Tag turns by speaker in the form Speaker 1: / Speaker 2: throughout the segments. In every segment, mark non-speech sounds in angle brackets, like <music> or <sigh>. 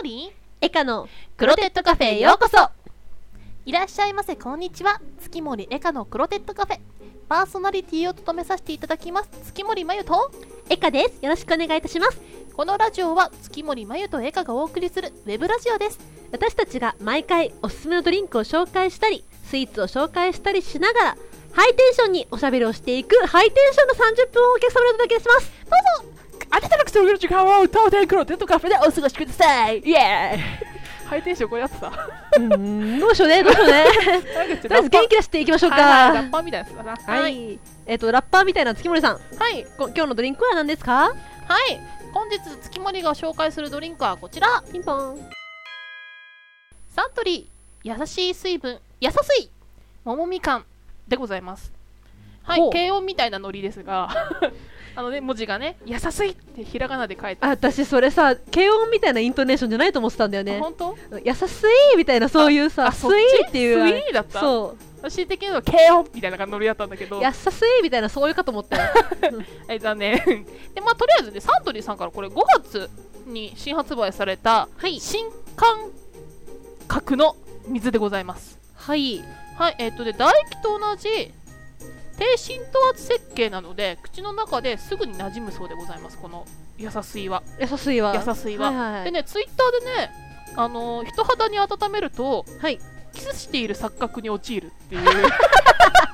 Speaker 1: ーリー
Speaker 2: エカの
Speaker 1: クロテッドカフェへようこそいらっしゃいませこんにちは月森エカのクロテッドカフェパーソナリティを務めさせていただきます月森まゆと
Speaker 2: エカですよろしくお願いいたします
Speaker 1: このラジオは月森まゆとエカがお送りするウェブラジオです
Speaker 2: 私たちが毎回おすすめのドリンクを紹介したりスイーツを紹介したりしながらハイテンションにおしゃべりをしていくハイテンションの30分をお客様にお届けします
Speaker 1: どうぞ
Speaker 3: あなたのくつろぐ時間を当店クロテッドカフェでお過ごしくださいイエーイハイテンションこれやってたなんか
Speaker 2: うーんどうしようねどうしようねとりあえず元気出していきましょうか
Speaker 3: はいはいラッパーみたいなやつだな
Speaker 2: はい、えっ、とラッパーみたいな月森さん
Speaker 1: はい
Speaker 2: こ今日のドリンクは何ですか
Speaker 1: はい本日月森が紹介するドリンクはこちら
Speaker 2: ピンポン
Speaker 1: サントリー優しい水分優しい桃みかんでございますはい
Speaker 2: ほう
Speaker 1: 軽音みたいなノリですが <laughs> あのね文字がね「優しい」ってひらがなで書いてあ
Speaker 2: あ私それさ軽音みたいなイントネーションじゃないと思ってたんだよね
Speaker 1: 本当
Speaker 2: 優しいみたいなそういうさ
Speaker 1: あ
Speaker 2: ス
Speaker 1: そっち
Speaker 2: イーっていうあれ
Speaker 1: スイーだった
Speaker 2: そう
Speaker 1: 私的には軽音みたいな感じのノリだったんだけど
Speaker 2: 優しいみたいなそういうかと思ったよ
Speaker 1: <laughs> はい残念 <laughs> でまあとりあえずねサントリーさんからこれ5月に新発売された
Speaker 2: はい
Speaker 1: 新感覚の水でございます
Speaker 2: はい
Speaker 1: はい、えっ、とで唾液と同じ低浸透圧設計なので口の中ですぐに馴染むそうでございますこの優しいは
Speaker 2: 優しいわ
Speaker 1: 優しいわ、
Speaker 2: はいはい
Speaker 1: でねツイッターでねあのー人肌に温めると
Speaker 2: はい
Speaker 1: キスしている錯覚に陥るっていう
Speaker 2: <laughs>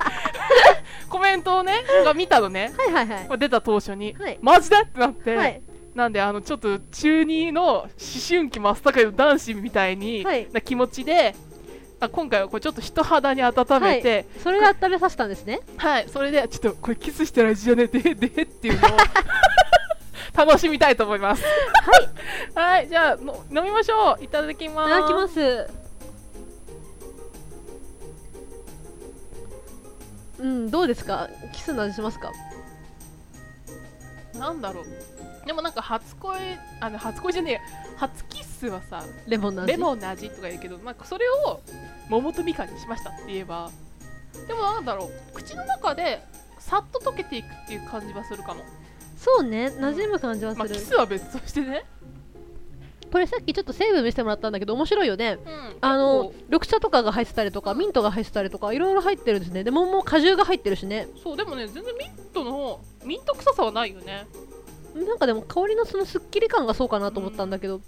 Speaker 1: コメントをねが見たのね
Speaker 2: はいはいはい
Speaker 1: まあ出た当初に、
Speaker 2: はい
Speaker 1: マジでってなって、
Speaker 2: はい
Speaker 1: なんであのちょっと中二の思春期真っ盛りの男子みたいに、
Speaker 2: はい
Speaker 1: な気持ちであ今回はこれちょっと人肌に温めて、
Speaker 2: それで温めさせたんですね
Speaker 1: はい、それでちょっとこれキスしたらいいじゃねででっていうの
Speaker 2: <laughs>
Speaker 1: を楽しみたいと思います。 <laughs> はい、はい、じゃあの飲みましょう。いただき
Speaker 2: い
Speaker 1: ま
Speaker 2: た
Speaker 1: す。
Speaker 2: だきますうんどうですかキスの味しますか
Speaker 1: なんだろう。でもなんか初恋あの初恋じゃねえや初キッスはさ
Speaker 2: レモンの味
Speaker 1: レモンの味とか言うけど、まあそれを桃とみかんにしましたって言えば、でもなんだろう口の中でさっと溶けていくっていう感じはするかも。
Speaker 2: そうね馴染む感じはす
Speaker 1: まあ
Speaker 2: る、
Speaker 1: キスは別としてね。
Speaker 2: これさっきちょっと成分見せてもらったんだけど面白いよね
Speaker 1: うん。
Speaker 2: あの
Speaker 1: 結
Speaker 2: 緑茶とかが入ってたりとかミントが入ってたりとかいろいろ入ってるんですねでももう果汁が入ってるしね
Speaker 1: 構そうでもね全然ミントのミント臭さはないよね。
Speaker 2: なんかでも香りのそのすっきり感がそうかなと思ったんだけど、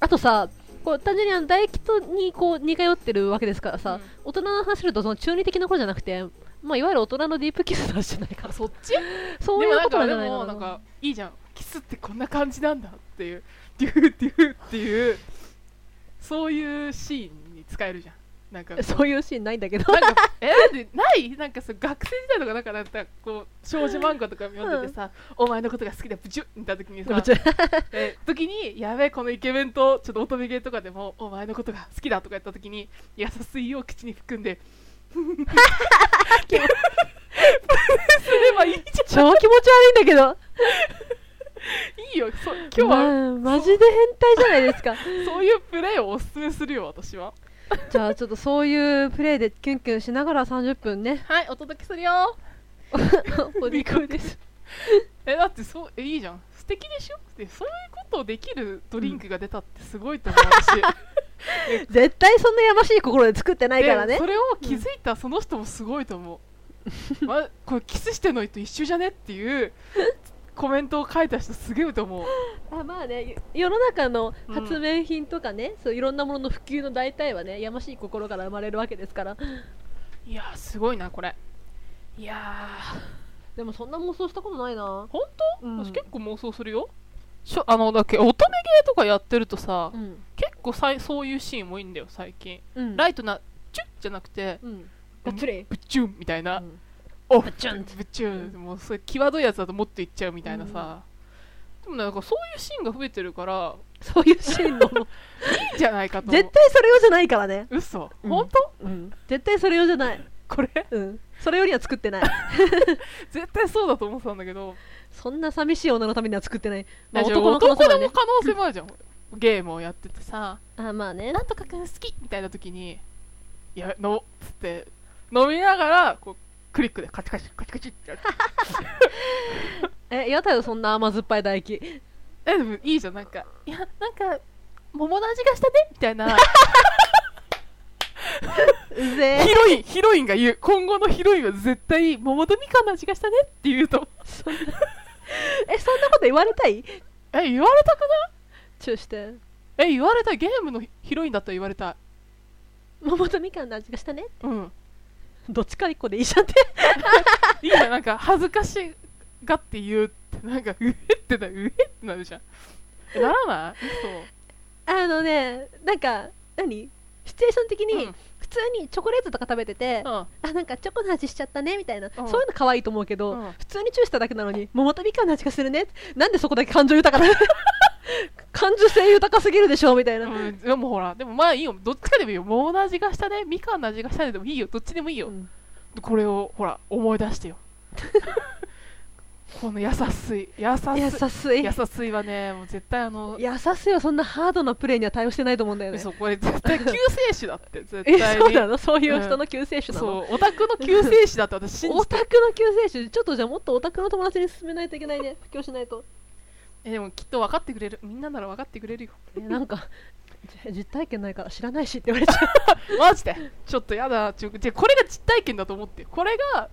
Speaker 2: あとさこう単純にあの唾液とにこう似通ってるわけですからさ、
Speaker 1: うん
Speaker 2: 大人の話するとその中二的なことじゃなくて、まあ、いわゆる大人のディープキスなんじゃないか
Speaker 1: あ
Speaker 2: な
Speaker 1: そっちで
Speaker 2: そう
Speaker 1: も
Speaker 2: いう
Speaker 1: なん
Speaker 2: ことな
Speaker 1: かで
Speaker 2: んじゃないか
Speaker 1: も
Speaker 2: な
Speaker 1: なんかいいじゃんキスってこんな感じなんだっていうデューデューっていうそういうシーンに使えるじゃんなんか
Speaker 2: そういうシーンないんだけど
Speaker 1: なんかえだってないなんかそう学生時代とかなんかなんかこう少女漫画とか読んでてさ、お前のことが好きだブチュッみたいな時
Speaker 2: <laughs>
Speaker 1: にさ
Speaker 2: もちろん
Speaker 1: え時にやべえこのイケメンとちょっと乙女ゲーとかでもお前のことが好きだとか言った時に優しいを口に含ん <laughs> ですればいいじ
Speaker 2: 超気持ち悪いんだけど
Speaker 1: ゃんいいよそう今日は
Speaker 2: まあマジで変態じゃないですか
Speaker 1: そういうプレイをおすすめするよ、私は。
Speaker 2: じゃあちょっとそういうプレイでキュンキュンしながら30
Speaker 1: <laughs>
Speaker 2: 分ね
Speaker 1: はい、お届けするよ。
Speaker 2: お肉です
Speaker 1: え、だってそう、え、いいじゃん。素敵でしょで、そういうことをできるドリンクが出たってすごいと思うし、
Speaker 2: 絶対そんなやましい心で作ってないから
Speaker 1: で
Speaker 2: ね
Speaker 1: それを気づいたその人もすごいと思う。
Speaker 2: <laughs>
Speaker 1: ま、これキスしてんのと一緒じゃねっていうコメントを書いた人すげえと思う。
Speaker 2: あまあねよ世の中の
Speaker 1: うん
Speaker 2: 発明品とかね、そういろんなものの普及の大体はねやましい心から生まれるわけですから
Speaker 1: いやー、すごいな、これ。いや
Speaker 2: でもそんな妄想したことないな
Speaker 1: ー、ほんと
Speaker 2: うん
Speaker 1: 私結構妄想するよ。しょあの、だっけ、乙女ゲーとかやってるとさ、
Speaker 2: うん
Speaker 1: 結構さいそういうシーンもいいんだよ、最近。
Speaker 2: うん
Speaker 1: ライトな、チュッじゃなくて、
Speaker 2: うんがっつり
Speaker 1: ブチュンみたいな、
Speaker 2: うん
Speaker 1: お
Speaker 2: ブチュンって
Speaker 1: ブチュンもうそれ際どいやつだともっといっちゃうみたいなさ、でもなんかそういうシーンが増えてるから
Speaker 2: そういうシーン <laughs> の
Speaker 1: いいんじゃないかと思う
Speaker 2: 絶対それ用じゃないからね、
Speaker 1: 嘘、
Speaker 2: うん
Speaker 1: 本当
Speaker 2: うん、絶対それ用じゃない、
Speaker 1: これ
Speaker 2: うん、それよりは作ってない
Speaker 1: 絶対そうだと思ってたんだけど、
Speaker 2: <laughs> そんな寂しい女のためには作ってない、まあ、
Speaker 1: 男
Speaker 2: 男の可
Speaker 1: 男
Speaker 2: 能性は
Speaker 1: で
Speaker 2: ね
Speaker 1: も可能性もあるじゃん、ゲームをやっててさ
Speaker 2: あまあ
Speaker 1: 「
Speaker 2: ね
Speaker 1: なんとかくん好き!」みたいな時に「いや飲もう」っつって飲みながらこうクリックでカチカチカチカチってやる
Speaker 2: えやだよそんな甘酸っぱい唾液
Speaker 1: えでもいいじゃんなんかいやなんか桃の味がしたねみたいな
Speaker 2: う
Speaker 1: ヒ
Speaker 2: ぜ <laughs>
Speaker 1: ロインヒロインが言う今後のヒロインは絶対桃とみかんの味がしたねって言うと
Speaker 2: え <laughs> えそんなこと言われたい
Speaker 1: え言われたくな
Speaker 2: チューして
Speaker 1: いえ言われたいゲームのヒロインだったら言われたい
Speaker 2: 桃とみかんの味がしたね
Speaker 1: うん
Speaker 2: どっちか一個でいいじゃんって
Speaker 1: いいやなんか恥ずかしがって言うってなんかうえってなうえってなるじゃんえならない
Speaker 2: あのねなんか何シチュエーション的
Speaker 1: 嘘
Speaker 2: に、普通にチョコレートとか食べてて、
Speaker 1: うん
Speaker 2: あなんかチョコの味しちゃったねみたいな、
Speaker 1: ん
Speaker 2: そういうの可愛いと思うけど、
Speaker 1: うん
Speaker 2: 普通にチューしただけなのに桃とみかんの味がするねなんでそこだけ感情豊かな <laughs> 感受性豊かすぎるでしょみたいな、
Speaker 1: うん、でもほらでもまあいいよどっちかでもいいよ桃の味がしたねみかんの味がしたねでもいいよどっちでもいいよ、
Speaker 2: うん
Speaker 1: これをほら思い出してよこの優しい優しい
Speaker 2: 優しい
Speaker 1: 優しいはねもう絶対あの
Speaker 2: 優しいはそんなハードなプレイには対応してないと思うんだよね
Speaker 1: そうこれ絶対救世主だって絶対
Speaker 2: <laughs> え
Speaker 1: に
Speaker 2: そうなのそういう人の救世主なの、
Speaker 1: そうオタクの救世主だって私信じ
Speaker 2: オタクの救世主ちょっとじゃあもっとオタクの友達に勧めないといけないね <laughs> 布教しないと
Speaker 1: えでもきっと分かってくれるみんななら分かってくれるよ
Speaker 2: えなんかじ実体験ないから知らないしって言われちゃう
Speaker 1: マジでちょっとやだちょじゃこれが実体験だと思ってこれが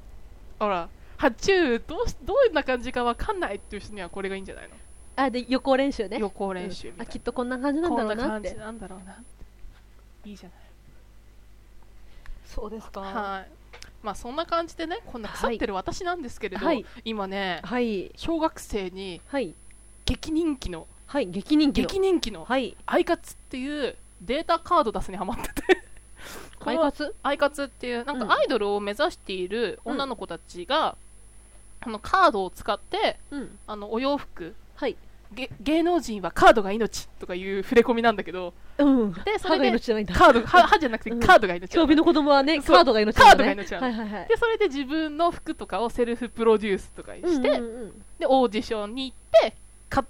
Speaker 1: ほら発注どうしどんな感じか分かんないっていう人にはこれがいいんじゃないの
Speaker 2: あで予行練習ね
Speaker 1: 予行練習みた
Speaker 2: あ
Speaker 1: い
Speaker 2: きっとこんな感じな
Speaker 1: な、
Speaker 2: んだろ
Speaker 1: こ
Speaker 2: うん
Speaker 1: な
Speaker 2: なっ
Speaker 1: 感じ
Speaker 2: て
Speaker 1: なんだろうなっていいじゃない
Speaker 2: そうですか
Speaker 1: はいまあそんな感じでねこんな腐ってる私なんですけれど、
Speaker 2: はい
Speaker 1: 今ね
Speaker 2: はい
Speaker 1: 小学生に
Speaker 2: はい
Speaker 1: 激人気の
Speaker 2: はい激人気の
Speaker 1: 激人気の
Speaker 2: はい
Speaker 1: アイカツっていうデータカード出すにハマっててこ
Speaker 2: 快
Speaker 1: の
Speaker 2: 活
Speaker 1: アイカツっていうなん
Speaker 2: うん
Speaker 1: かアイドルを目指している女の子たちが、あのカードを使って
Speaker 2: うん
Speaker 1: あのお洋服
Speaker 2: はい
Speaker 1: げ芸能人はカードが命とかいう触れ込みなんだけ
Speaker 2: <laughs>
Speaker 1: ど
Speaker 2: うん
Speaker 1: でそ
Speaker 2: 歯
Speaker 1: れ
Speaker 2: が
Speaker 1: で
Speaker 2: 命じゃないんだ
Speaker 1: カード歯歯じゃなくて
Speaker 2: うん
Speaker 1: カードが命
Speaker 2: 競技の子供はね
Speaker 1: そう
Speaker 2: カードが命なんだね
Speaker 1: カードが命なの
Speaker 2: はいはいはい
Speaker 1: でそれで自分の服とかをセルフプロデュースとかして、
Speaker 2: うんうんうん
Speaker 1: でオーディションに行ってか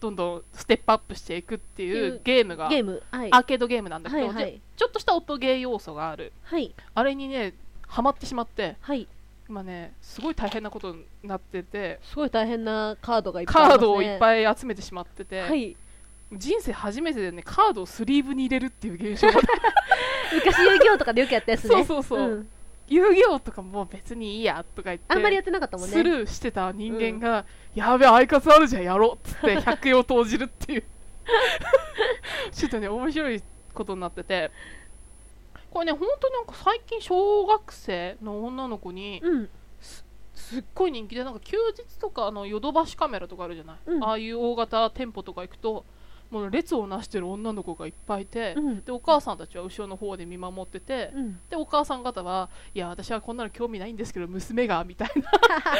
Speaker 1: どんどんステップアップしていくっていうゲームが
Speaker 2: ゲームはい
Speaker 1: アーケードゲームなんだけ
Speaker 2: は
Speaker 1: ど、
Speaker 2: いはい
Speaker 1: ちょっとした音ゲー要素がある
Speaker 2: はい
Speaker 1: あれにねハマってしまって
Speaker 2: はい
Speaker 1: 今ねすごい大変なことになってて
Speaker 2: すごい大変なカードがいっぱいあ
Speaker 1: カー
Speaker 2: りますね
Speaker 1: ドをいっぱい集めてしまってて、
Speaker 2: はい
Speaker 1: 人生初めてでねカードをスリーブに入れるっていう現象が
Speaker 2: 昔遊戯王とかでよくやったやつね
Speaker 1: そうそうそう遊戯王とかもう別にいいやとか言って
Speaker 2: あんまりやってなかったもんね
Speaker 1: スルーしてた人間が、やべえ、アイカツあるじゃん、やろうっつって、百円を投じるっていう、ちょっとね、面白いことになってて、これね、本当になんか最近、小学生の女の子に、
Speaker 2: うん
Speaker 1: すっごい人気で、なんか休日とか、あのヨドバシカメラとかあるじゃない、
Speaker 2: うん
Speaker 1: ああいう大型店舗とか行くと、もう列をなしてる女の子がいっぱいいて、
Speaker 2: うん
Speaker 1: でお母さんたちは後ろの方で見守ってて、
Speaker 2: うん
Speaker 1: でお母さん方はいや私はこんなの興味ないんですけど娘がみたい
Speaker 2: <laughs>
Speaker 1: な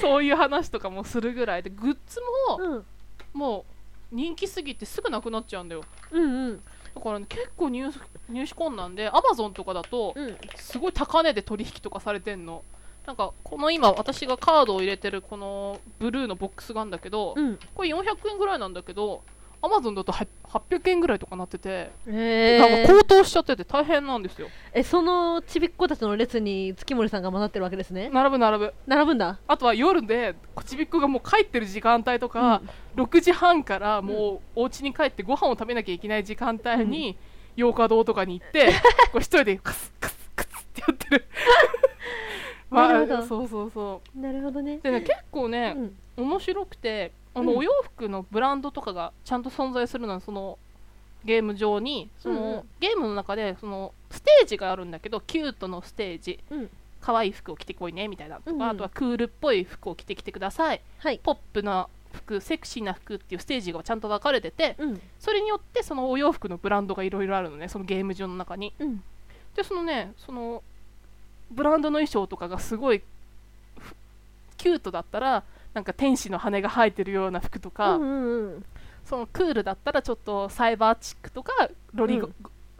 Speaker 1: そういう話とかもするぐらいでグッズも、
Speaker 2: うん
Speaker 1: もう人気すぎてすぐなくなっちゃうんだよ
Speaker 2: うんうん
Speaker 1: だから、ね、結構入手入手困難でアマゾンとかだと
Speaker 2: うん
Speaker 1: すごい高値で取引とかされてんのなんかこの今私がカードを入れてるこのブルーのボックスがあるんだけど、
Speaker 2: うん
Speaker 1: これ400円ぐらいなんだけどアマゾンだとは800円ぐらいとかなってて、
Speaker 2: え
Speaker 1: なんか高騰しちゃってて大変なんですよ
Speaker 2: えそのちびっ子たちの列に月森さんが混ざってるわけですね
Speaker 1: 並ぶ並ぶ
Speaker 2: 並ぶんだ
Speaker 1: あとは夜でこちびっこがもう帰ってる時間帯とか、6時半からもうお家に帰ってご飯を食べなきゃいけない時間帯に、洋華堂とかに行
Speaker 2: <laughs>
Speaker 1: って、こう一人でカスカスカスってやってる。 <laughs> まあ
Speaker 2: なるほど
Speaker 1: そうそうそ
Speaker 2: なるほどね
Speaker 1: う。でね、結構
Speaker 2: う
Speaker 1: ね、
Speaker 2: ん
Speaker 1: 面白くて、あ
Speaker 2: う
Speaker 1: の
Speaker 2: ん
Speaker 1: お洋服のブランドとかがちゃんと存在するのはそのゲーム上に、その、
Speaker 2: うんうん
Speaker 1: ゲームの中でそのステージがあるんだけど、キュートのステージ、
Speaker 2: うん
Speaker 1: 可愛い服を着てこいねみたいなとか、
Speaker 2: うんうん
Speaker 1: あとはクールっぽい服を着てきてください
Speaker 2: はい
Speaker 1: ポップな服セクシーな服っていうステージがちゃんと分かれてて
Speaker 2: うん
Speaker 1: それによってそのお洋服のブランドがいろいろあるのねそのゲーム上の中に
Speaker 2: うん
Speaker 1: でそのねそのブランドの衣装とかがすごいふキュートだったらなんか天使の羽が生えてるような服とか、
Speaker 2: うんうんうん
Speaker 1: そのクールだったらちょっとサイバーチックとかロリゴ、
Speaker 2: うん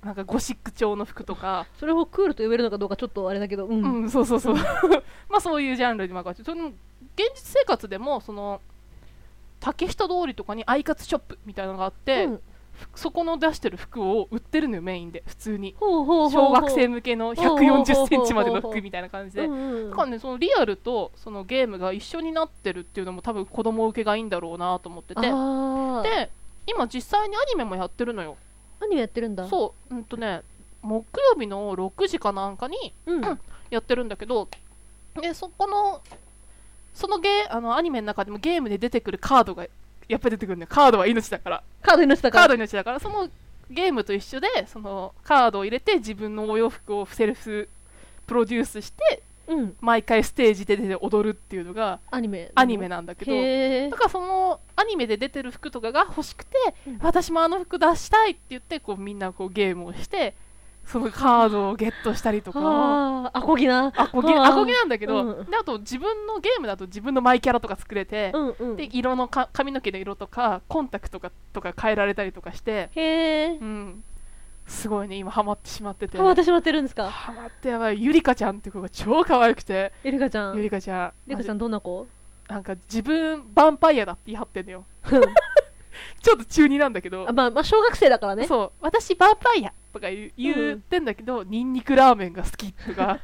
Speaker 1: なんかゴシック調の服とか
Speaker 2: それをクールと呼べるのかどうかちょっとあれだけどうん
Speaker 1: う
Speaker 2: うん
Speaker 1: ん、そうそうそう <laughs> まあそういうジャンルに任せてその現実生活でもその竹下通りとかにアイカツショップみたいなのがあって、ふそこの出してる服を売ってるのよメインで普通に
Speaker 2: ほうほうほうほ
Speaker 1: 小
Speaker 2: う
Speaker 1: 学生向けの1 4 0ンチまでの服みたいな感じで
Speaker 2: う。んうん
Speaker 1: だからね、そのリアルとそのゲームが一緒になってるっていうのも多分子供受けがいいんだろうなと思ってて
Speaker 2: あー
Speaker 1: で今実際にアニメもやってるのよ
Speaker 2: アニメやってるんだう、
Speaker 1: そううんとね木曜日の6時かなんかに
Speaker 2: うん、
Speaker 1: うんやってるんだけどでそこのそのゲーあのアニメの中でもゲームで出てくるカードがやっぱり出てくるんだよカードは命だから
Speaker 2: カード命だか
Speaker 1: カ
Speaker 2: ら
Speaker 1: ード命だからそのゲームと一緒でそのカードを入れて自分のお洋服をセルフプロデュースして
Speaker 2: うん
Speaker 1: 毎回ステージで出て踊るっていうのが
Speaker 2: アニメ
Speaker 1: アニメ
Speaker 2: だ
Speaker 1: なんだけど
Speaker 2: へえ
Speaker 1: だからそのアニメで出てる服とかが欲しくて、
Speaker 2: うん
Speaker 1: 私もあの服出したいって言ってこうみんなこうゲームをしてそのカードをゲットしたりとか
Speaker 2: ああアコギな
Speaker 1: アコギ
Speaker 2: あー
Speaker 1: アコギなんだけど、
Speaker 2: うん
Speaker 1: であと自分のゲームだと自分のマイキャラとか作れて
Speaker 2: う、んうん
Speaker 1: で色のか髪の毛の色とかコンタクトとかとか変えられたりとかして、
Speaker 2: へえ
Speaker 1: うん、すごいね今ハマってしまってて
Speaker 2: あ私もやってるんですか
Speaker 1: ハマってやばいゆりかちゃんって子が超可愛くて、
Speaker 2: エリカちゃん
Speaker 1: ゆ
Speaker 2: エ
Speaker 1: りかちゃん
Speaker 2: リカちゃんどんな子
Speaker 1: なんか自分ヴァンパイアだって言い張ってんのよちょっと中二なんだけど
Speaker 2: あまあまあ小学生だからね
Speaker 1: そう私ヴァンパイアとか言う言ってんだけど、ニンニクラーメンが好きとか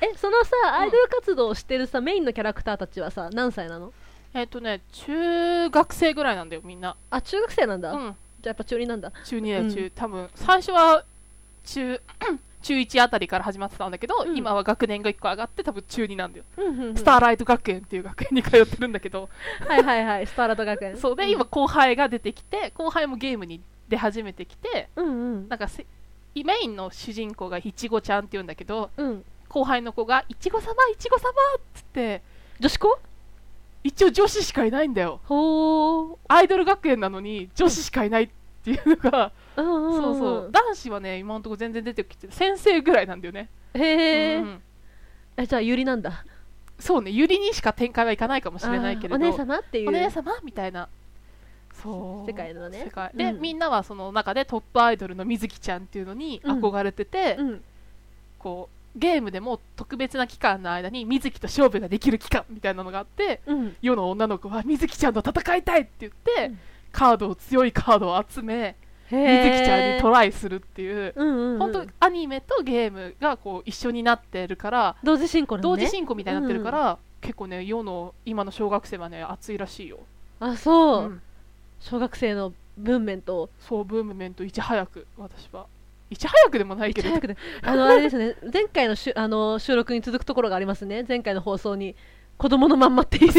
Speaker 2: えそのさアイドル活動をしてるさメインのキャラクターたちはさ何歳なの
Speaker 1: <laughs> えっとね中学生ぐらいなんだよみんな
Speaker 2: あ中学生なんだ、
Speaker 1: う
Speaker 2: じゃ
Speaker 1: ん
Speaker 2: あやっぱ中二なんだ
Speaker 1: 中二だよ中、
Speaker 2: う
Speaker 1: 多分最初は中 <clears throat> 中1あたりから始まってたんだけど、
Speaker 2: うん
Speaker 1: 今は学年が1個上がって多分中2なんだよ、
Speaker 2: うんうん、うん、
Speaker 1: スターライト学園っていう学園に通ってるんだけど
Speaker 2: はいはいはいスターラト学園
Speaker 1: そうで今後輩が出てきて後輩もゲームに出始めてきて
Speaker 2: うんうん
Speaker 1: なんかせメインの主人公がいちごちゃんって言うんだけど
Speaker 2: うん
Speaker 1: 後輩の子が「いちご様いちご様」っつって
Speaker 2: 女子校
Speaker 1: 一応女子しかいないんだよ
Speaker 2: ほー
Speaker 1: アイドル学園なのに女子しかいないっていうのが、
Speaker 2: うんうんうん
Speaker 1: そうそう男子はね今のところ全然出てきて先生ぐらいなんだよね、
Speaker 2: へー
Speaker 1: うんうん
Speaker 2: えじゃあゆりなんだ
Speaker 1: そうねゆりにしか展開はいかないかもしれないけれど
Speaker 2: あーお姉様っていう
Speaker 1: お姉様みたいなそう
Speaker 2: 世界のね
Speaker 1: 世界で、
Speaker 2: うん
Speaker 1: みんなはその中でトップアイドルの水木ちゃんっていうのに憧れてて、
Speaker 2: うん
Speaker 1: こうゲームでも特別な期間の間に水木と勝負ができる期間みたいなのがあって
Speaker 2: うん
Speaker 1: 世の女の子は水木ちゃんと戦いたいって言って、
Speaker 2: うん
Speaker 1: カードを強いカードを集め
Speaker 2: へ
Speaker 1: 水
Speaker 2: え
Speaker 1: 木ちゃんにトライするっていう、
Speaker 2: うんうん、うん、
Speaker 1: 本当アニメとゲームがこう一緒になってるから、
Speaker 2: 同時進行なの
Speaker 1: 同
Speaker 2: ね
Speaker 1: 時進行みたいになってるから、結構ね世の今の小学生はね熱いらしいよ、
Speaker 2: あそう、
Speaker 1: うん
Speaker 2: 小学生の文面と
Speaker 1: そうブームメントいち早く私はいち早くでもない
Speaker 2: い
Speaker 1: け
Speaker 2: ち
Speaker 1: ど
Speaker 2: 早
Speaker 1: <laughs>
Speaker 2: くであのあれですね前回のしゅあの収録に続くところがありますね前回の放送に子供のまんまっていう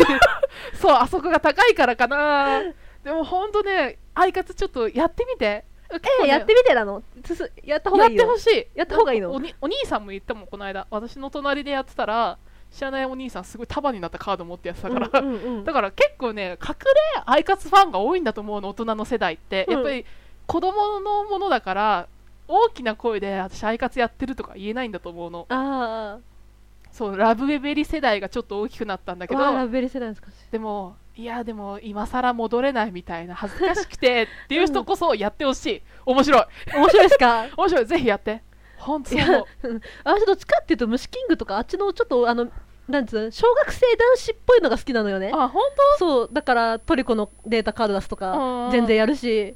Speaker 1: そうあそこが高いからかなでもほんとねアイカツちょっとやってみて
Speaker 2: <laughs> えやってみてなのつすやった方がいい
Speaker 1: やって
Speaker 2: よ
Speaker 1: ほしい
Speaker 2: やった方がいいの
Speaker 1: おにお兄さんも言ったもんこの間私の隣でやってたら知らないお兄さんすごい束になったカード持ってやってたから、
Speaker 2: うんうんうん
Speaker 1: だから結構ね隠れアイカツファンが多いんだと思うの大人の世代って、
Speaker 2: うん
Speaker 1: やっぱり子供のものだから大きな声で私アイカツやってるとか言えないんだと思うの
Speaker 2: あ
Speaker 1: そうラブベベリ世代がちょっと大きくなったんだ
Speaker 2: あ
Speaker 1: けど
Speaker 2: わあラブベリー世代ですか
Speaker 1: でもいやでも今更戻れないみたいな恥ずかしくてっていう人こそやってほしい面白い
Speaker 2: 面白いですか
Speaker 1: <laughs> 面白いぜひやって本当
Speaker 2: い
Speaker 1: に
Speaker 2: やうん私どっちかっていうと虫キングとかあっちのちょっとあのなんつうの小学生男子っぽいのが好きなのよね
Speaker 1: あ本
Speaker 2: <laughs> そうだからトリコのデータカード出すと
Speaker 1: うんう
Speaker 2: か
Speaker 1: ん
Speaker 2: 全然やるし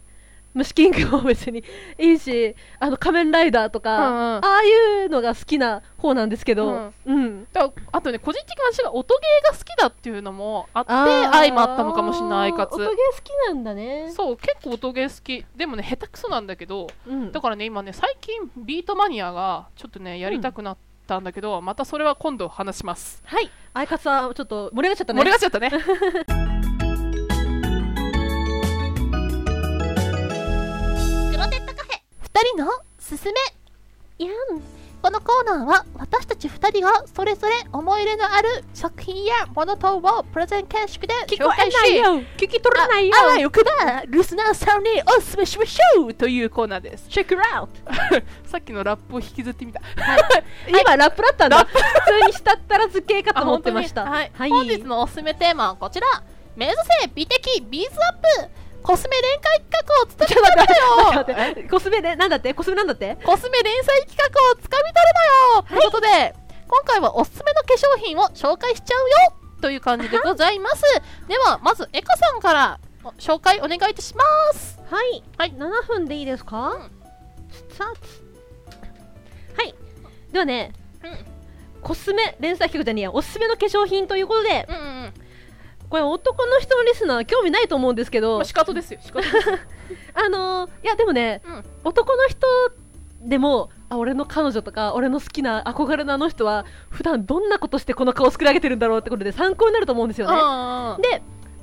Speaker 2: 虫キングも別にいいしあの仮面ライダーとか、
Speaker 1: うんうん
Speaker 2: ああいうのが好きな方なんですけど、う
Speaker 1: うんん当だあとね個人的に私が音ゲーが好きだっていうのもあって
Speaker 2: あー
Speaker 1: 相まったのかもしれないか
Speaker 2: 音ゲー
Speaker 1: つ
Speaker 2: 好きなんだね
Speaker 1: そう結構音ゲー好きでもね下手くそなんだけど
Speaker 2: う、ん、
Speaker 1: だからね今ね最近ビートマニアがちょっとねやりたくなったんだけど、またそれは今度話します
Speaker 2: はいアイカツはちょっと盛り上がっちゃった
Speaker 1: 盛
Speaker 2: ね
Speaker 1: り上がっちゃったね
Speaker 2: <laughs>
Speaker 4: クロテッドカフェ二人のすすめ
Speaker 2: いやん
Speaker 4: このコーナーは私たち二人がそれぞれ思い入れのある作品やもの等をプレゼン形式で
Speaker 2: 聞
Speaker 4: 紹
Speaker 2: こえ
Speaker 4: 介し
Speaker 2: ないよ聞き取れないよ
Speaker 4: あわよくばリスナーさんにおすすめしましょう
Speaker 1: というコーナーです
Speaker 2: チェックアウ
Speaker 1: <laughs>
Speaker 2: ト
Speaker 1: さっきのラップを引きずってみた
Speaker 2: 今ラップだったんだ普通にしたったら図形かと思ってました
Speaker 1: あ本当
Speaker 2: はい、
Speaker 1: にはい、本日のおすすめテーマはこちら目指せ美的ビーズアップコスメ連載企画をつかみ
Speaker 2: ちょっと <laughs>
Speaker 1: 取
Speaker 2: 待って
Speaker 1: るのよ
Speaker 2: 待ってコスメでなんだってコスメなんだって
Speaker 1: コスメ連載企画をつかみ取るのよ、ということで今回はおすすめの化粧品を紹介しちゃうよという感じでございますではまずエカさんからお紹介お願いいたします
Speaker 2: はい、
Speaker 1: はい
Speaker 2: 7分でいいですか、
Speaker 1: うん
Speaker 2: つさつはいではね、
Speaker 1: うん
Speaker 2: コスメ連載企画じゃねえやおすすめの化粧品ということで
Speaker 1: うんうん
Speaker 2: これ男の人のリスナー興味ないと思うんですけど
Speaker 1: まあ、仕方ですよ仕方です
Speaker 2: あのーいやでもね、
Speaker 1: うん
Speaker 2: 男の人でもあ俺の彼女とか俺の好きな憧れのあの人は普段どんなことしてこの顔作り上げてるんだろうってことで参考になると思うんですよね。
Speaker 1: あ
Speaker 2: で、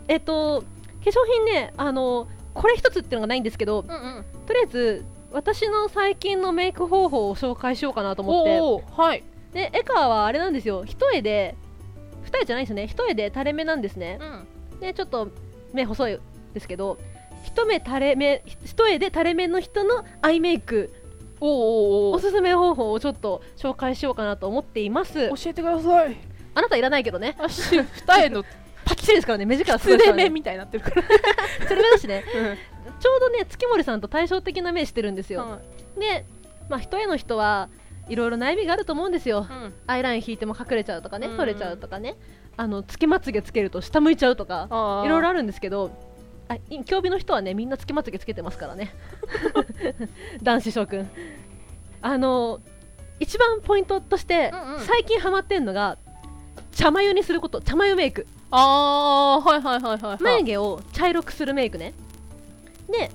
Speaker 2: えっと化粧品ね、あのこれ一つっていうのがないんですけど、
Speaker 1: あうんうん
Speaker 2: とりあえず私の最近のメイク方法を紹介しようかなと思っ
Speaker 1: おーはい
Speaker 2: てでエカはあれなんですよ一重で二重じゃないですね一重で垂れ目なんですね
Speaker 1: うん
Speaker 2: でちょっと目細いですけど一目垂れ目一重で垂れ目の人のアイメイク
Speaker 1: おーおーお
Speaker 2: お
Speaker 1: ー
Speaker 2: すすめ方法をちょっと紹介しようかなと思っています
Speaker 1: 教えてください
Speaker 2: あなたいらないけどね
Speaker 1: あし二重の
Speaker 2: パキッですからね目力すご
Speaker 1: つ
Speaker 2: い
Speaker 1: れ
Speaker 2: ですから
Speaker 1: 目
Speaker 2: ね
Speaker 1: みたいになってるから
Speaker 2: つれ目だ
Speaker 1: <laughs>
Speaker 2: しねちょうどね月森さんと対照的な目してるんですよ、
Speaker 1: はい
Speaker 2: で、まあ、一重の人はいろいろ悩みがあると思うんですよ、
Speaker 1: うん
Speaker 2: アイライン引いても隠れちゃうとかね
Speaker 1: うん
Speaker 2: 取れちゃうとかねあのつけまつげつけると下向いちゃうとか
Speaker 1: あー
Speaker 2: いろいろあるんですけどあい競技の人はねみんなつけまつげつけてますか
Speaker 1: <laughs>
Speaker 2: らね男子諸君あの一番ポイントとして
Speaker 1: うんうん
Speaker 2: 最近ハマってんのが茶眉にすること茶眉メイク
Speaker 1: あーはいはいはいはいはい
Speaker 2: 眉毛を茶色くするメイクねで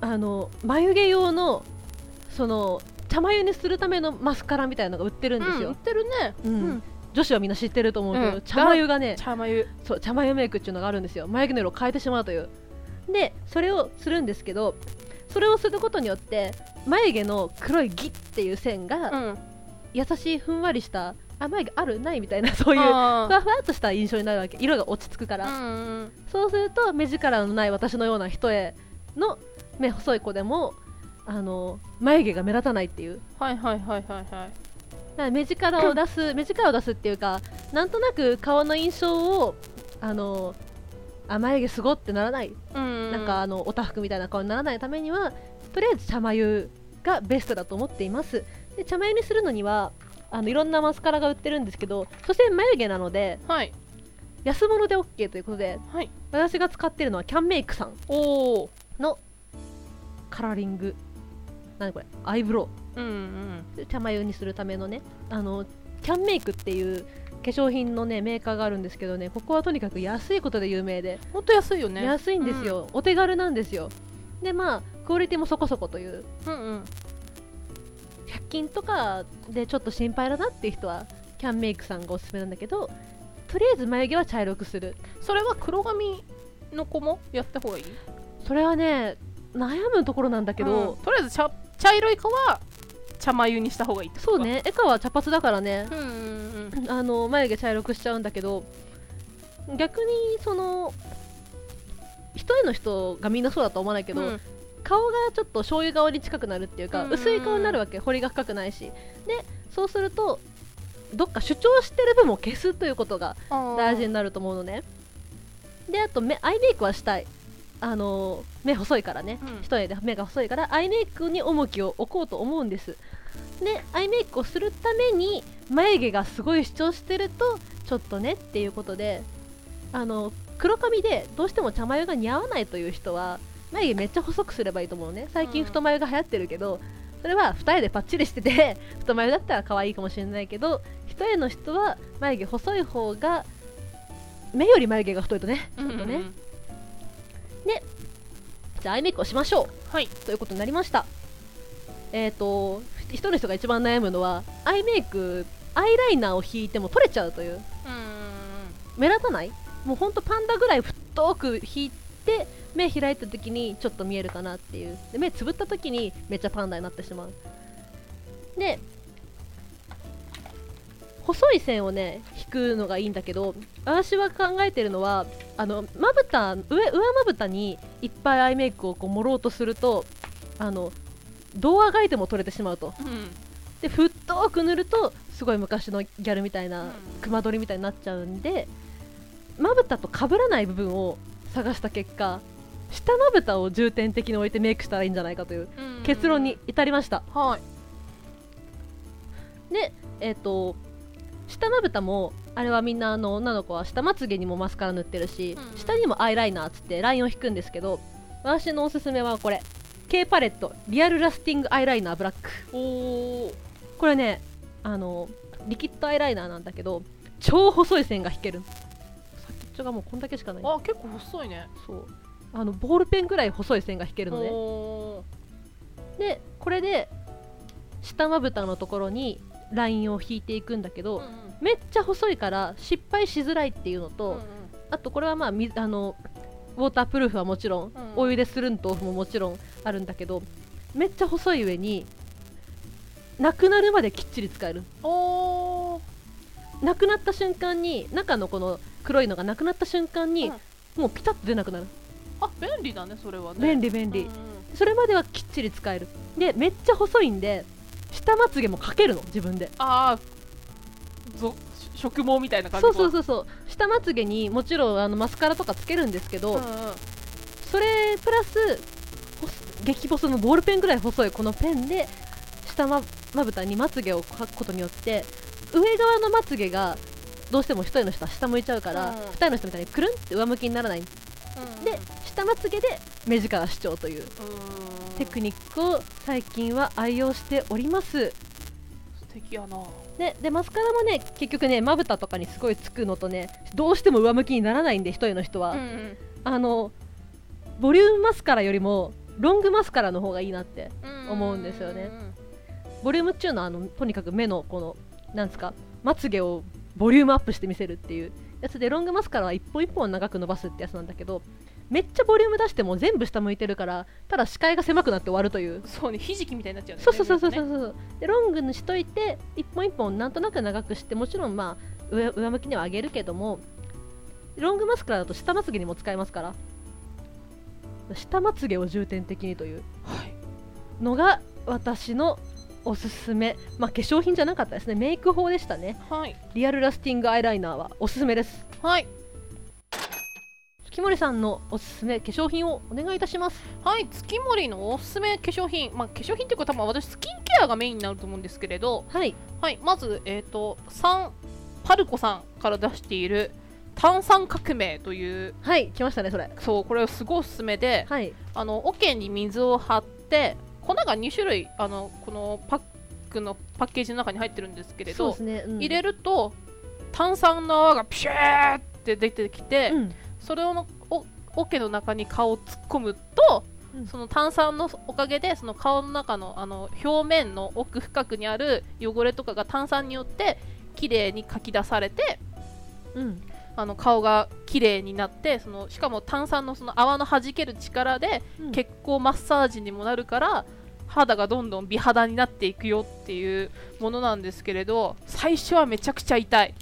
Speaker 2: あの眉毛用のその茶眉にするためのマスカラみたいなのが売ってるんで
Speaker 1: う
Speaker 2: す
Speaker 1: ん売
Speaker 2: よ
Speaker 1: っ、てるね
Speaker 2: うん
Speaker 1: うん
Speaker 2: 女子はみんな知ってると思うけど、
Speaker 1: うん
Speaker 2: 茶眉がね
Speaker 1: 茶眉
Speaker 2: そう茶眉メイクっていうのがあるんですよ眉毛の色を変えてしまうというでそれをするんですけどそれをすることによって眉毛の黒いギッっていう線
Speaker 1: う
Speaker 2: が
Speaker 1: ん
Speaker 2: 優しいふんわりしたあ眉毛あるないみたいなそういうふわ
Speaker 1: あ
Speaker 2: ふ
Speaker 1: ー
Speaker 2: わっとした印象になるわけ色が落ち着くから、
Speaker 1: うんうん
Speaker 2: そうすると目力のない私のような人への目細い子でもあの眉毛が目立たないっていう
Speaker 1: はいはいはいはいはい
Speaker 2: だから目力を出
Speaker 1: <laughs>
Speaker 2: す目力を出すっていうかなんとなく顔の印象をあのあ眉毛すごってならない、
Speaker 1: うん
Speaker 2: なんかあのおたふくみたいな顔にならないためにはとりあえず茶眉がベストだと思っていますで茶眉にするのにはあのいろんなマスカラが売ってるんですけどそして眉毛なので
Speaker 1: はい
Speaker 2: 安物で OK ということで
Speaker 1: はい
Speaker 2: 私が使ってるのはキャンメイクさん
Speaker 1: おお
Speaker 2: のカラーリング何これアイブロウ
Speaker 1: うんうん
Speaker 2: 茶眉にするためのねあのキャンメイクっていう化粧品のねメーカーがあるんですけどねここはとにかく安いことで有名で、
Speaker 1: ほんと安いよね
Speaker 2: 安いんですよ、お手軽なんですよでまあクオリティもそこそこという
Speaker 1: うんうん
Speaker 2: 100均とかでちょっと心配だなっていう人はキャンメイクさんがおすすめなんだけどとりあえず眉毛は茶色くする
Speaker 1: それは黒髪の子もやった方がいい
Speaker 2: それはね悩むところなんだけど、
Speaker 1: うんとりあえず茶茶色い子は茶眉にした方がいいってこと
Speaker 2: そう
Speaker 1: か
Speaker 2: ねエカは茶髪だからね
Speaker 1: うんうんうん
Speaker 2: <laughs> あの眉毛茶色くしちゃうんだけど逆にその一重の人がみんなそうだとは思わないけど、
Speaker 1: うん
Speaker 2: 顔がちょっと醤油顔に近くなるっていうか、
Speaker 1: うん
Speaker 2: 薄い顔になるわけ彫りが深くないしでそうするとどっか主張してる部分を消すということが大事になると思うのねであと目アイメイクはしたいあの目細いからね、
Speaker 1: うん
Speaker 2: 一重で目が細いからアイメイクに重きを置こうと思うんですでアイメイクをするために眉毛がすごい主張してるとちょっとねっていうことであの黒髪でどうしても茶眉が似合わないという人は眉毛めっちゃ細くすればいいと思うのね最近
Speaker 1: うん
Speaker 2: 太眉が流行ってるけど、それは二重でパッチリしてて <laughs> 太眉だったら可愛いかもしれないけど一重の人は眉毛細い方が目より眉毛が太いとねちょっとね、
Speaker 1: うんうんうん
Speaker 2: じゃあアイメイクをしましょ
Speaker 1: はい、
Speaker 2: うということになりましたえっ、と一人の人が一番悩むのはアイメイクアイライナーを引いても取れちゃうという目立たないもうほんとパンダぐらい太く引いて目開いた時にちょっと見えるかなっていうで目つぶった時にめっちゃパンダになってしまうで細い線をね引くのがいいんだけど私は考えてるのはあのまぶた上上まぶたにいっぱいアイメイクをこう盛ろうとするとあのどうあがいても取れてしまうと
Speaker 1: うん
Speaker 2: で太く塗るとすごい昔のギャルみたいな熊取りみたいになっちゃうんでまぶたと被らない部分を探した結果下まぶたを重点的に置いてメイクしたらいいんじゃないかという
Speaker 1: うん
Speaker 2: 結論に至りました
Speaker 1: はい
Speaker 2: でえっ、と下まぶたもあれはみんなあの女の子は下まつげにもマスカラ塗ってるし
Speaker 1: うん
Speaker 2: 下にもアイライナーっつってラインを引くんですけど私のおすすめはこれ K パレットリアルラスティングアイライナーブラック
Speaker 1: おお
Speaker 2: これねあのリキッドアイライナーなんだけど超細い線が引ける
Speaker 1: さっき
Speaker 2: 長がもうこんだけしかない
Speaker 5: あ結構細いね
Speaker 2: そうあのボールペンぐらい細い線が引けるのね
Speaker 5: おー
Speaker 2: でこれで下まぶたのところにラインを引いていくんだけど、
Speaker 5: うんうん
Speaker 2: めっちゃ細いから失敗しづらいっていうのと、
Speaker 5: うんうん
Speaker 2: あとこれはまあみあのウォータープルーフはもちろん、
Speaker 5: ん
Speaker 2: お湯でするん豆腐ももちろんあるんだけどめっちゃ細い上になくなるまできっちり使える
Speaker 5: おー
Speaker 2: なくなった瞬間に中のこの黒いのがなくなった瞬間に、もうピタッと出なくなる
Speaker 5: あ便利だねそれはね
Speaker 2: 便
Speaker 5: 利
Speaker 2: 利便利、それまではきっちり使えるでめっちゃ細いんで下まつげもかけるの自分で
Speaker 5: ああぞ植毛みたいな感じ
Speaker 2: そうそう
Speaker 5: そ
Speaker 2: そうそう下まつげにもちろんあのマスカラとかつけるんですけど、
Speaker 5: んうん
Speaker 2: それプラスほす激細のボールペンぐらい細いこのペンで下ままぶたにまつげを描くことによって上側のまつげがどうしても一重の下下向いちゃうから、
Speaker 5: うん
Speaker 2: 二重の下みたいにくるんって上向きにならないで
Speaker 5: うんうん
Speaker 2: 下まつげで目力主張という
Speaker 5: うん
Speaker 2: テクニックを最近は愛用しております
Speaker 5: 素敵やな
Speaker 2: ね、でマスカラもね結局ねまぶたとかにすごいつくのとねどうしても上向きにならないんで一重の人は、
Speaker 5: ん
Speaker 2: あのボリュームマスカラよりもロングマスカラの方がいいなって
Speaker 5: うん
Speaker 2: 思うんですよねボリュームっていうのはあのとにかく目のこのなんですかまつげをボリュームアップして見せるっていうやつでロングマスカラは一本一本長く伸ばすってやつなんだけどめっちゃボリューム出しても全部下向いてるからただ視界が狭くなって終わるという
Speaker 5: そうねひじきみたいになっちゃうんだ
Speaker 2: そ
Speaker 5: よ
Speaker 2: うそうそうそうそう
Speaker 5: ね
Speaker 2: そう、でロングにしといて一本一本なんとなく長くしてもちろんまあ上上向きには上げるけどもロングマスカラだと下まつげにも使えますから下まつげを重点的にという
Speaker 5: はい
Speaker 2: のが私のおすすめまあ化粧品じゃなかったですねメイク法でしたね
Speaker 5: はい
Speaker 2: リアルラスティングアイライナーはおすすめです
Speaker 5: はい
Speaker 2: 月森さんのおすすめ化粧品をお願いいたします
Speaker 5: はい、月森のおすすめ化粧品、まあ、化粧品というか、多分私、スキンケアがメインになると思うんですけれど、
Speaker 2: はい
Speaker 5: はい、まず、えー、とサンパルコさんから出している炭酸革命という、
Speaker 2: はい来ましたねそれ
Speaker 5: そうこれ、すごいおすすめで、
Speaker 2: はい
Speaker 5: あの桶に水を張って、粉が2種類、あのこのパックのパッケージの中に入ってるんですけれ
Speaker 2: そうで
Speaker 5: ど、
Speaker 2: すね、うん、
Speaker 5: 入れると、炭酸の泡がピューって出てきて、
Speaker 2: うん
Speaker 5: それをのお桶の中に顔を突っ込むと、
Speaker 2: うん
Speaker 5: その炭酸のおかげでその顔の中のあの表面の奥深くにある汚れとかが炭酸によって綺麗にかき出されて
Speaker 2: うん
Speaker 5: あの顔が綺麗になってそのしかも炭酸のその泡の弾ける力で
Speaker 2: うん
Speaker 5: 血行マッサージにもなるから肌がどんどん美肌になっていくよっていうものなんですけれど最初はめちゃくちゃ痛い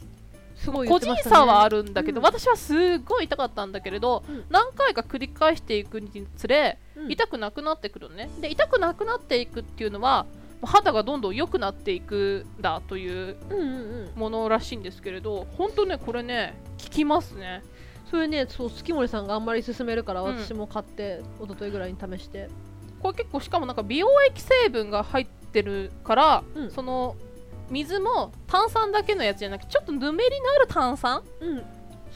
Speaker 2: すごい言
Speaker 5: 個
Speaker 2: って
Speaker 5: 人
Speaker 2: ましたね
Speaker 5: 差はあるんだけど、
Speaker 2: うん
Speaker 5: 私はすごい痛かったんだけれど、
Speaker 2: うん
Speaker 5: 何回か繰り返していくにつれ
Speaker 2: うん
Speaker 5: 痛くなくなってくるのねで痛くなくなっていくっていうのはもう肌がどんどん良くなっていくんだという
Speaker 2: うんうんうん
Speaker 5: ものらしいんですけれど本当ねこれね効きますね
Speaker 2: それねそう月森さんがあんまり勧めるから
Speaker 5: うん
Speaker 2: 私も買って、一昨日ぐらいに試して
Speaker 5: これ結構しかもなんか美容液成分が入ってるから、
Speaker 2: うん
Speaker 5: その水も炭酸だけのやつじゃなくてちょっとぬめりのある炭酸
Speaker 2: うん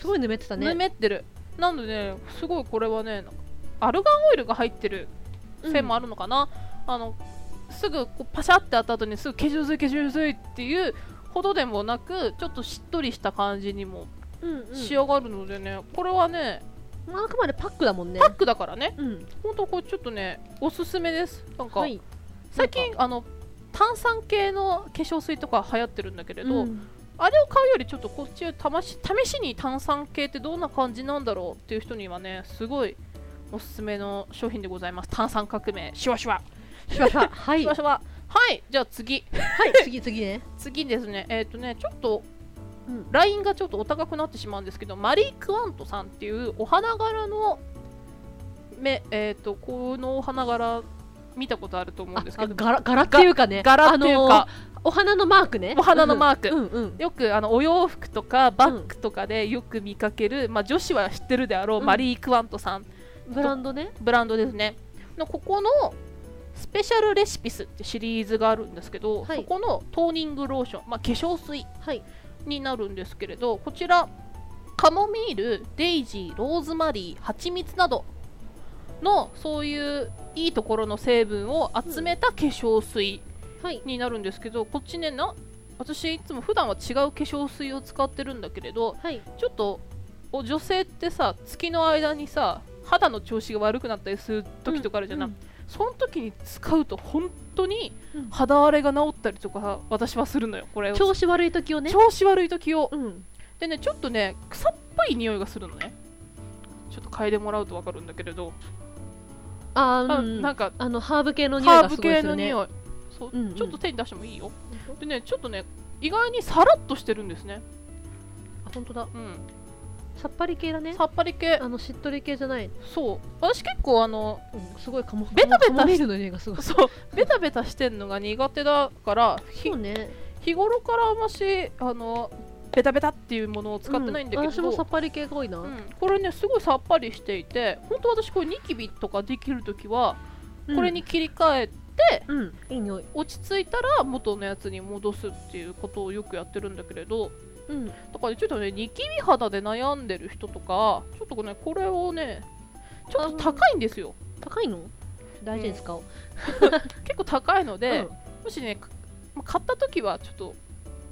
Speaker 2: すごいぬめってた
Speaker 5: ぬ
Speaker 2: ね
Speaker 5: めってるなのでねすごいこれはねなんかアルガンオイルが入ってるせいもあるのかな、あのすぐこうパシャって当たった後にすぐ化粧水化粧水っていうほどでもなくちょっとしっとりした感じにも
Speaker 2: うんうん
Speaker 5: 仕上がるのでね、これはね
Speaker 2: まああくまでパックだもんね
Speaker 5: パックだからね
Speaker 2: うん
Speaker 5: ほんとこれちょっとねおすすめですなんか、
Speaker 2: はい
Speaker 5: 最近あの炭酸系の化粧水とか流行ってるんだけれど、
Speaker 2: うん
Speaker 5: あれを買うよりちょっとこっちを試し試しに炭酸系ってどんな感じなんだろうっていう人にはねすごいおすすめの商品でございます炭酸革命シュワシュワ
Speaker 2: しばしばは
Speaker 5: シ
Speaker 2: い
Speaker 5: ュワ
Speaker 2: は
Speaker 5: シュワはいじゃあ次
Speaker 2: い次次ね
Speaker 5: 次ですねえっ、とねちょっと
Speaker 2: うん
Speaker 5: ラインがちょっとお高くなってしまうんですけどマリー・クワントさんっていうお花柄の目えっ、とこのお花柄見たことあると思う
Speaker 2: あ
Speaker 5: んです
Speaker 2: あ
Speaker 5: けど
Speaker 2: 柄柄っていうかね
Speaker 5: 柄っていうか
Speaker 2: あのーお花のマークね
Speaker 5: お花のマーク
Speaker 2: うんうん
Speaker 5: よくあのお洋服とかバッグとかでよく見かける、まあ、女子は知ってるであろう、
Speaker 2: うん
Speaker 5: マリー・クワントさん
Speaker 2: うんブランドね
Speaker 5: ブランドですねのここのスペシャルレシピスってシリーズがあるんですけど、
Speaker 2: はい
Speaker 5: そこのトーニングローション、まあ、化粧水
Speaker 2: はい
Speaker 5: になるんですけれどこちらカモミールデイジーローズマリー蜂蜜などのそういういいところの成分を集めた化粧水
Speaker 2: はい
Speaker 5: になるんですけどこっちねな私いつも普段は違う化粧水を使ってるんだけれど
Speaker 2: はい
Speaker 5: ちょっと
Speaker 1: お女性ってさ月の間にさ肌の調子が悪くなったりする時とかあるじゃない、
Speaker 2: うん
Speaker 1: その時に使うと本当に
Speaker 2: うん
Speaker 1: 肌荒れが治ったりとか私はするのよこれを
Speaker 2: 調子悪い時をね
Speaker 1: 調子悪い時を
Speaker 2: うん
Speaker 1: でねちょっとね草っぽい匂いがするのねちょっと嗅いでもらうと分かるんだけれど、
Speaker 2: あー
Speaker 1: あ
Speaker 2: うん
Speaker 1: なんか
Speaker 2: あのハーブ系の匂い
Speaker 1: ハー
Speaker 2: が
Speaker 1: ブ
Speaker 2: すごい
Speaker 1: 系
Speaker 2: す
Speaker 1: の
Speaker 2: るね
Speaker 1: 匂いそう、
Speaker 2: うんうん
Speaker 1: ちょっと手に出してもいいよでねちょっとね意外にさらっとしてるんですね、
Speaker 2: あ本当だ
Speaker 1: うん、
Speaker 2: さっぱり系だね
Speaker 1: さっぱり系
Speaker 2: あのしっとり系じゃない、
Speaker 1: そう私結構あの
Speaker 2: うん、すごいカモ
Speaker 1: ベタベタ
Speaker 2: カモミールの匂いがすごい
Speaker 1: そうベタベタしてんのが苦手だからひ
Speaker 2: そうね
Speaker 1: 日頃からあんましあのベタベタっていうものを使ってないんだけど、
Speaker 2: う私もさっぱり系が多いな、
Speaker 1: うんこれねすごいさっぱりしていて本当私これニキビとかできる時は
Speaker 2: うん
Speaker 1: これに切り替え、
Speaker 2: うんいい匂い
Speaker 1: 落ち着いたら元のやつに戻すっていうことをよくやってるんだけれど
Speaker 2: うん
Speaker 1: だからねちょっとねニキビ肌で悩んでる人とかちょっとねこれをねちょっと高いんですよ
Speaker 2: 高いの大事に使おう、
Speaker 1: 結構高いので、
Speaker 2: うん
Speaker 1: もしね、かまあ買った時はちょっ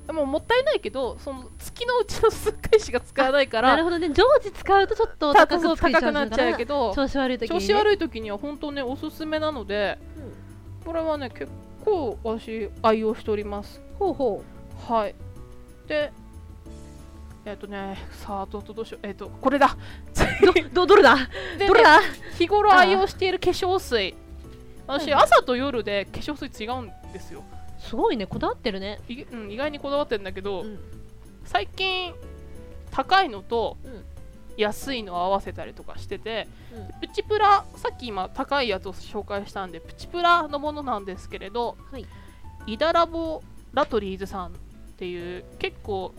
Speaker 1: と、もうもったいないけど、その月のうちの数回しか使わないか
Speaker 2: なる
Speaker 1: ら、
Speaker 2: ほどね常時使うとちょっと高く
Speaker 1: 高く
Speaker 2: つけちゃう
Speaker 1: 高くなっちゃうけど、
Speaker 2: 調子悪い時に、
Speaker 1: 調
Speaker 2: ね、
Speaker 1: 子悪い時には本当ね、おすすめなので、これはね、結構私、愛用しております。
Speaker 2: ほうほう
Speaker 1: はい。で、えっ、とね、さあ、どどどうしよう、えっ、と、これだ
Speaker 2: ど <laughs> どれだ
Speaker 1: で
Speaker 2: どれだ
Speaker 1: 日頃愛用している化粧水。私、
Speaker 2: うん
Speaker 1: 朝と夜で化粧水違うんですよ。
Speaker 2: すごいねこだわってるね
Speaker 1: いうん、意外にこだわってるんだけど、
Speaker 2: うん
Speaker 1: 最近高いのと
Speaker 2: うん
Speaker 1: 安いのを合わせたりとかしてて、
Speaker 2: うん
Speaker 1: プチプラさっき今高いやつを紹介したんでプチプラのものなんですけれど、
Speaker 2: はい
Speaker 1: イダラボラトリーズさんっていう結構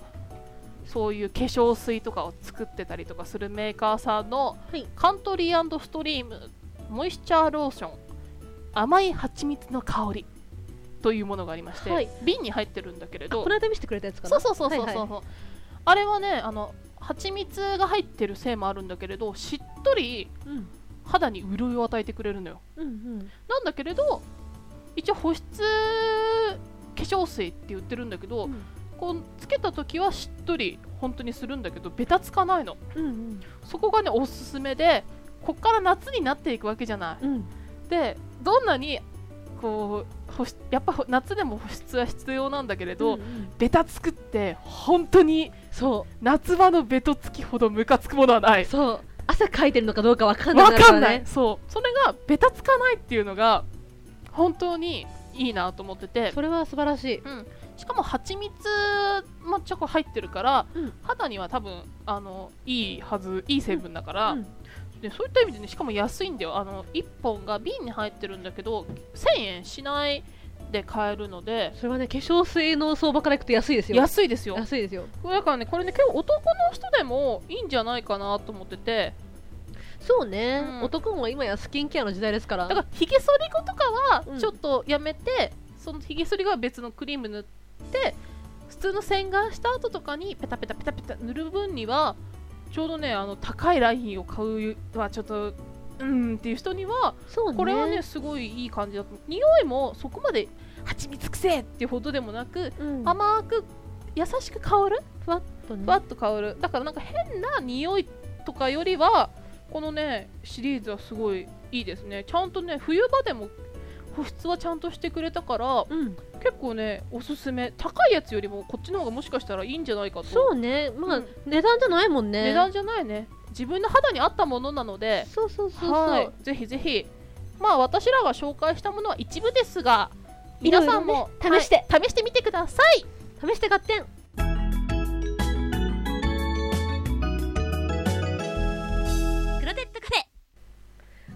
Speaker 1: そういう化粧水とかを作ってたりとかするメーカーさんの、
Speaker 2: はい
Speaker 1: カントリーストリームモイスチャーローション甘い蜂蜜の香りというものがありまして、
Speaker 2: はい
Speaker 1: 瓶に入ってるんだけれ
Speaker 2: あ
Speaker 1: ど
Speaker 2: この間見せてくれたやつか
Speaker 1: そ
Speaker 2: な
Speaker 1: うそうそうそうそう、
Speaker 2: はいはい
Speaker 1: あれはねあの蜂蜜が入ってるせいもあるんだけれどしっとり
Speaker 2: うん
Speaker 1: 肌に潤いを与えてくれるのよ
Speaker 2: うんうん
Speaker 1: なんだけれど一応保湿化粧水って言ってるんだけど、
Speaker 2: うん
Speaker 1: こうつけた時はしっとり本当にするんだけどベタつかないの
Speaker 2: うん
Speaker 1: そこがねおすすめでこっから夏になっていくわけじゃない
Speaker 2: うん
Speaker 1: でどんなにこう保湿やっぱ夏でも保湿は必要なんだけれど、
Speaker 2: うんうん
Speaker 1: ベタつくって本当に
Speaker 2: そ
Speaker 1: 夏場のベトつきほどムカつくものはな
Speaker 2: う
Speaker 1: い。
Speaker 2: そう汗かいてるのかどうかわかんない
Speaker 1: わ
Speaker 2: なるか
Speaker 1: かん
Speaker 2: ら
Speaker 1: ない、
Speaker 2: ね
Speaker 1: そう。それがベタつかないっていうのが本当にいいなと思ってて、
Speaker 2: それは素晴らしい
Speaker 1: うん、しかも蜂蜜もチョコ入ってるから、
Speaker 2: うん
Speaker 1: 肌には多分あのいいはず、いい成分だから、
Speaker 2: うん
Speaker 1: でそういった意味でね、しかも安いんだよ。あの1本が瓶に入ってるんだけど、1000円しないで買えるので、
Speaker 2: それはね化粧水の相場からいくと安いですよ
Speaker 1: 安いですよ。
Speaker 2: 安いですよ
Speaker 1: だからね、これね、結構男の人でもいいんじゃないかなと思ってて、
Speaker 2: そうね、
Speaker 1: うん
Speaker 2: 男も今やスキンケアの時代ですから
Speaker 1: だからひげ剃り粉とか
Speaker 2: う
Speaker 1: は
Speaker 2: ん
Speaker 1: ちょっとやめて、そのひげ剃り粉は別のクリーム塗って普通の洗顔した後とかにペタペタペタペタ塗る分にはちょうどねあの高いラインを買うのはちょっとうんっていう人には
Speaker 2: そうね
Speaker 1: これはねすごいいい感じだと匂いもそこまで蜂蜜くせえっていうほどでもなく
Speaker 2: うん、
Speaker 1: 甘く優しく香るふわっ
Speaker 2: とね
Speaker 1: ふわっと香るだからなんか変な匂いとかよりはこのねシリーズはすごいいいですねちゃんとね冬場でも保湿はちゃんとしてくれたから
Speaker 2: うん
Speaker 1: 結構ねおすすめ高いやつよりもこっちの方がもしかしたらいいんじゃないかと
Speaker 2: そうねまあ、
Speaker 1: うん
Speaker 2: 値段じゃないもんね
Speaker 1: 値段じゃないね自分の肌に合ったものなので
Speaker 2: そうそうそうそう、
Speaker 1: はいぜひぜひまあ私らが紹介したものは一部ですが
Speaker 2: いろ
Speaker 1: 皆
Speaker 2: いろね
Speaker 1: さんも、
Speaker 2: 試して
Speaker 1: はい試してみてください
Speaker 2: 試して買ってん
Speaker 5: クロテッドカフェ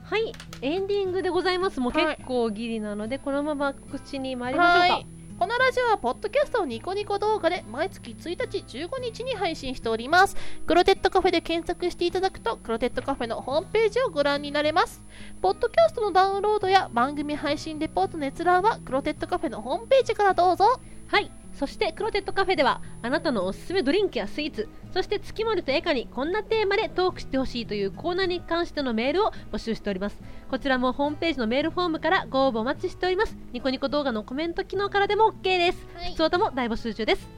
Speaker 2: はいエンディングでございますもう
Speaker 1: はい
Speaker 2: 結構ギリなので、このまま告知に参りましょ
Speaker 1: は
Speaker 2: う
Speaker 1: いこのラジオはポッドキャストをニコニコ動画で毎月1日15日に配信しておりますクロテッドカフェで検索していただくとクロテッドカフェのホームページをご覧になれますポッドキャストのダウンロードや番組配信レポート閲覧はクロテッドカフェのホームページからどうぞ
Speaker 2: かはいそしてクロテッドカフェではあなたのおすすめドリンクやスイーツそして月森とエカにこんなテーマでトークしてほしいというコーナーに関してのメールを募集しておりますこちらもホームページのメールフォームからご応募お待ちしておりますニコニコ動画のコメント機能からでも OK です、
Speaker 5: はい
Speaker 2: 普通とも大募集中です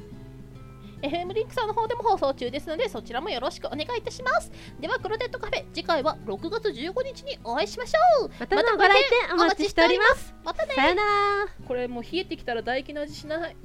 Speaker 5: FM リンクさんの方でも放送中ですのでそちらもよろしくお願いいたしますではクロテッドカフェ次回は6月15日にお会いしましょう
Speaker 2: またのご来店お待ちしております
Speaker 5: またね
Speaker 2: さよなら
Speaker 5: これもう冷えてきたら唾液の味しない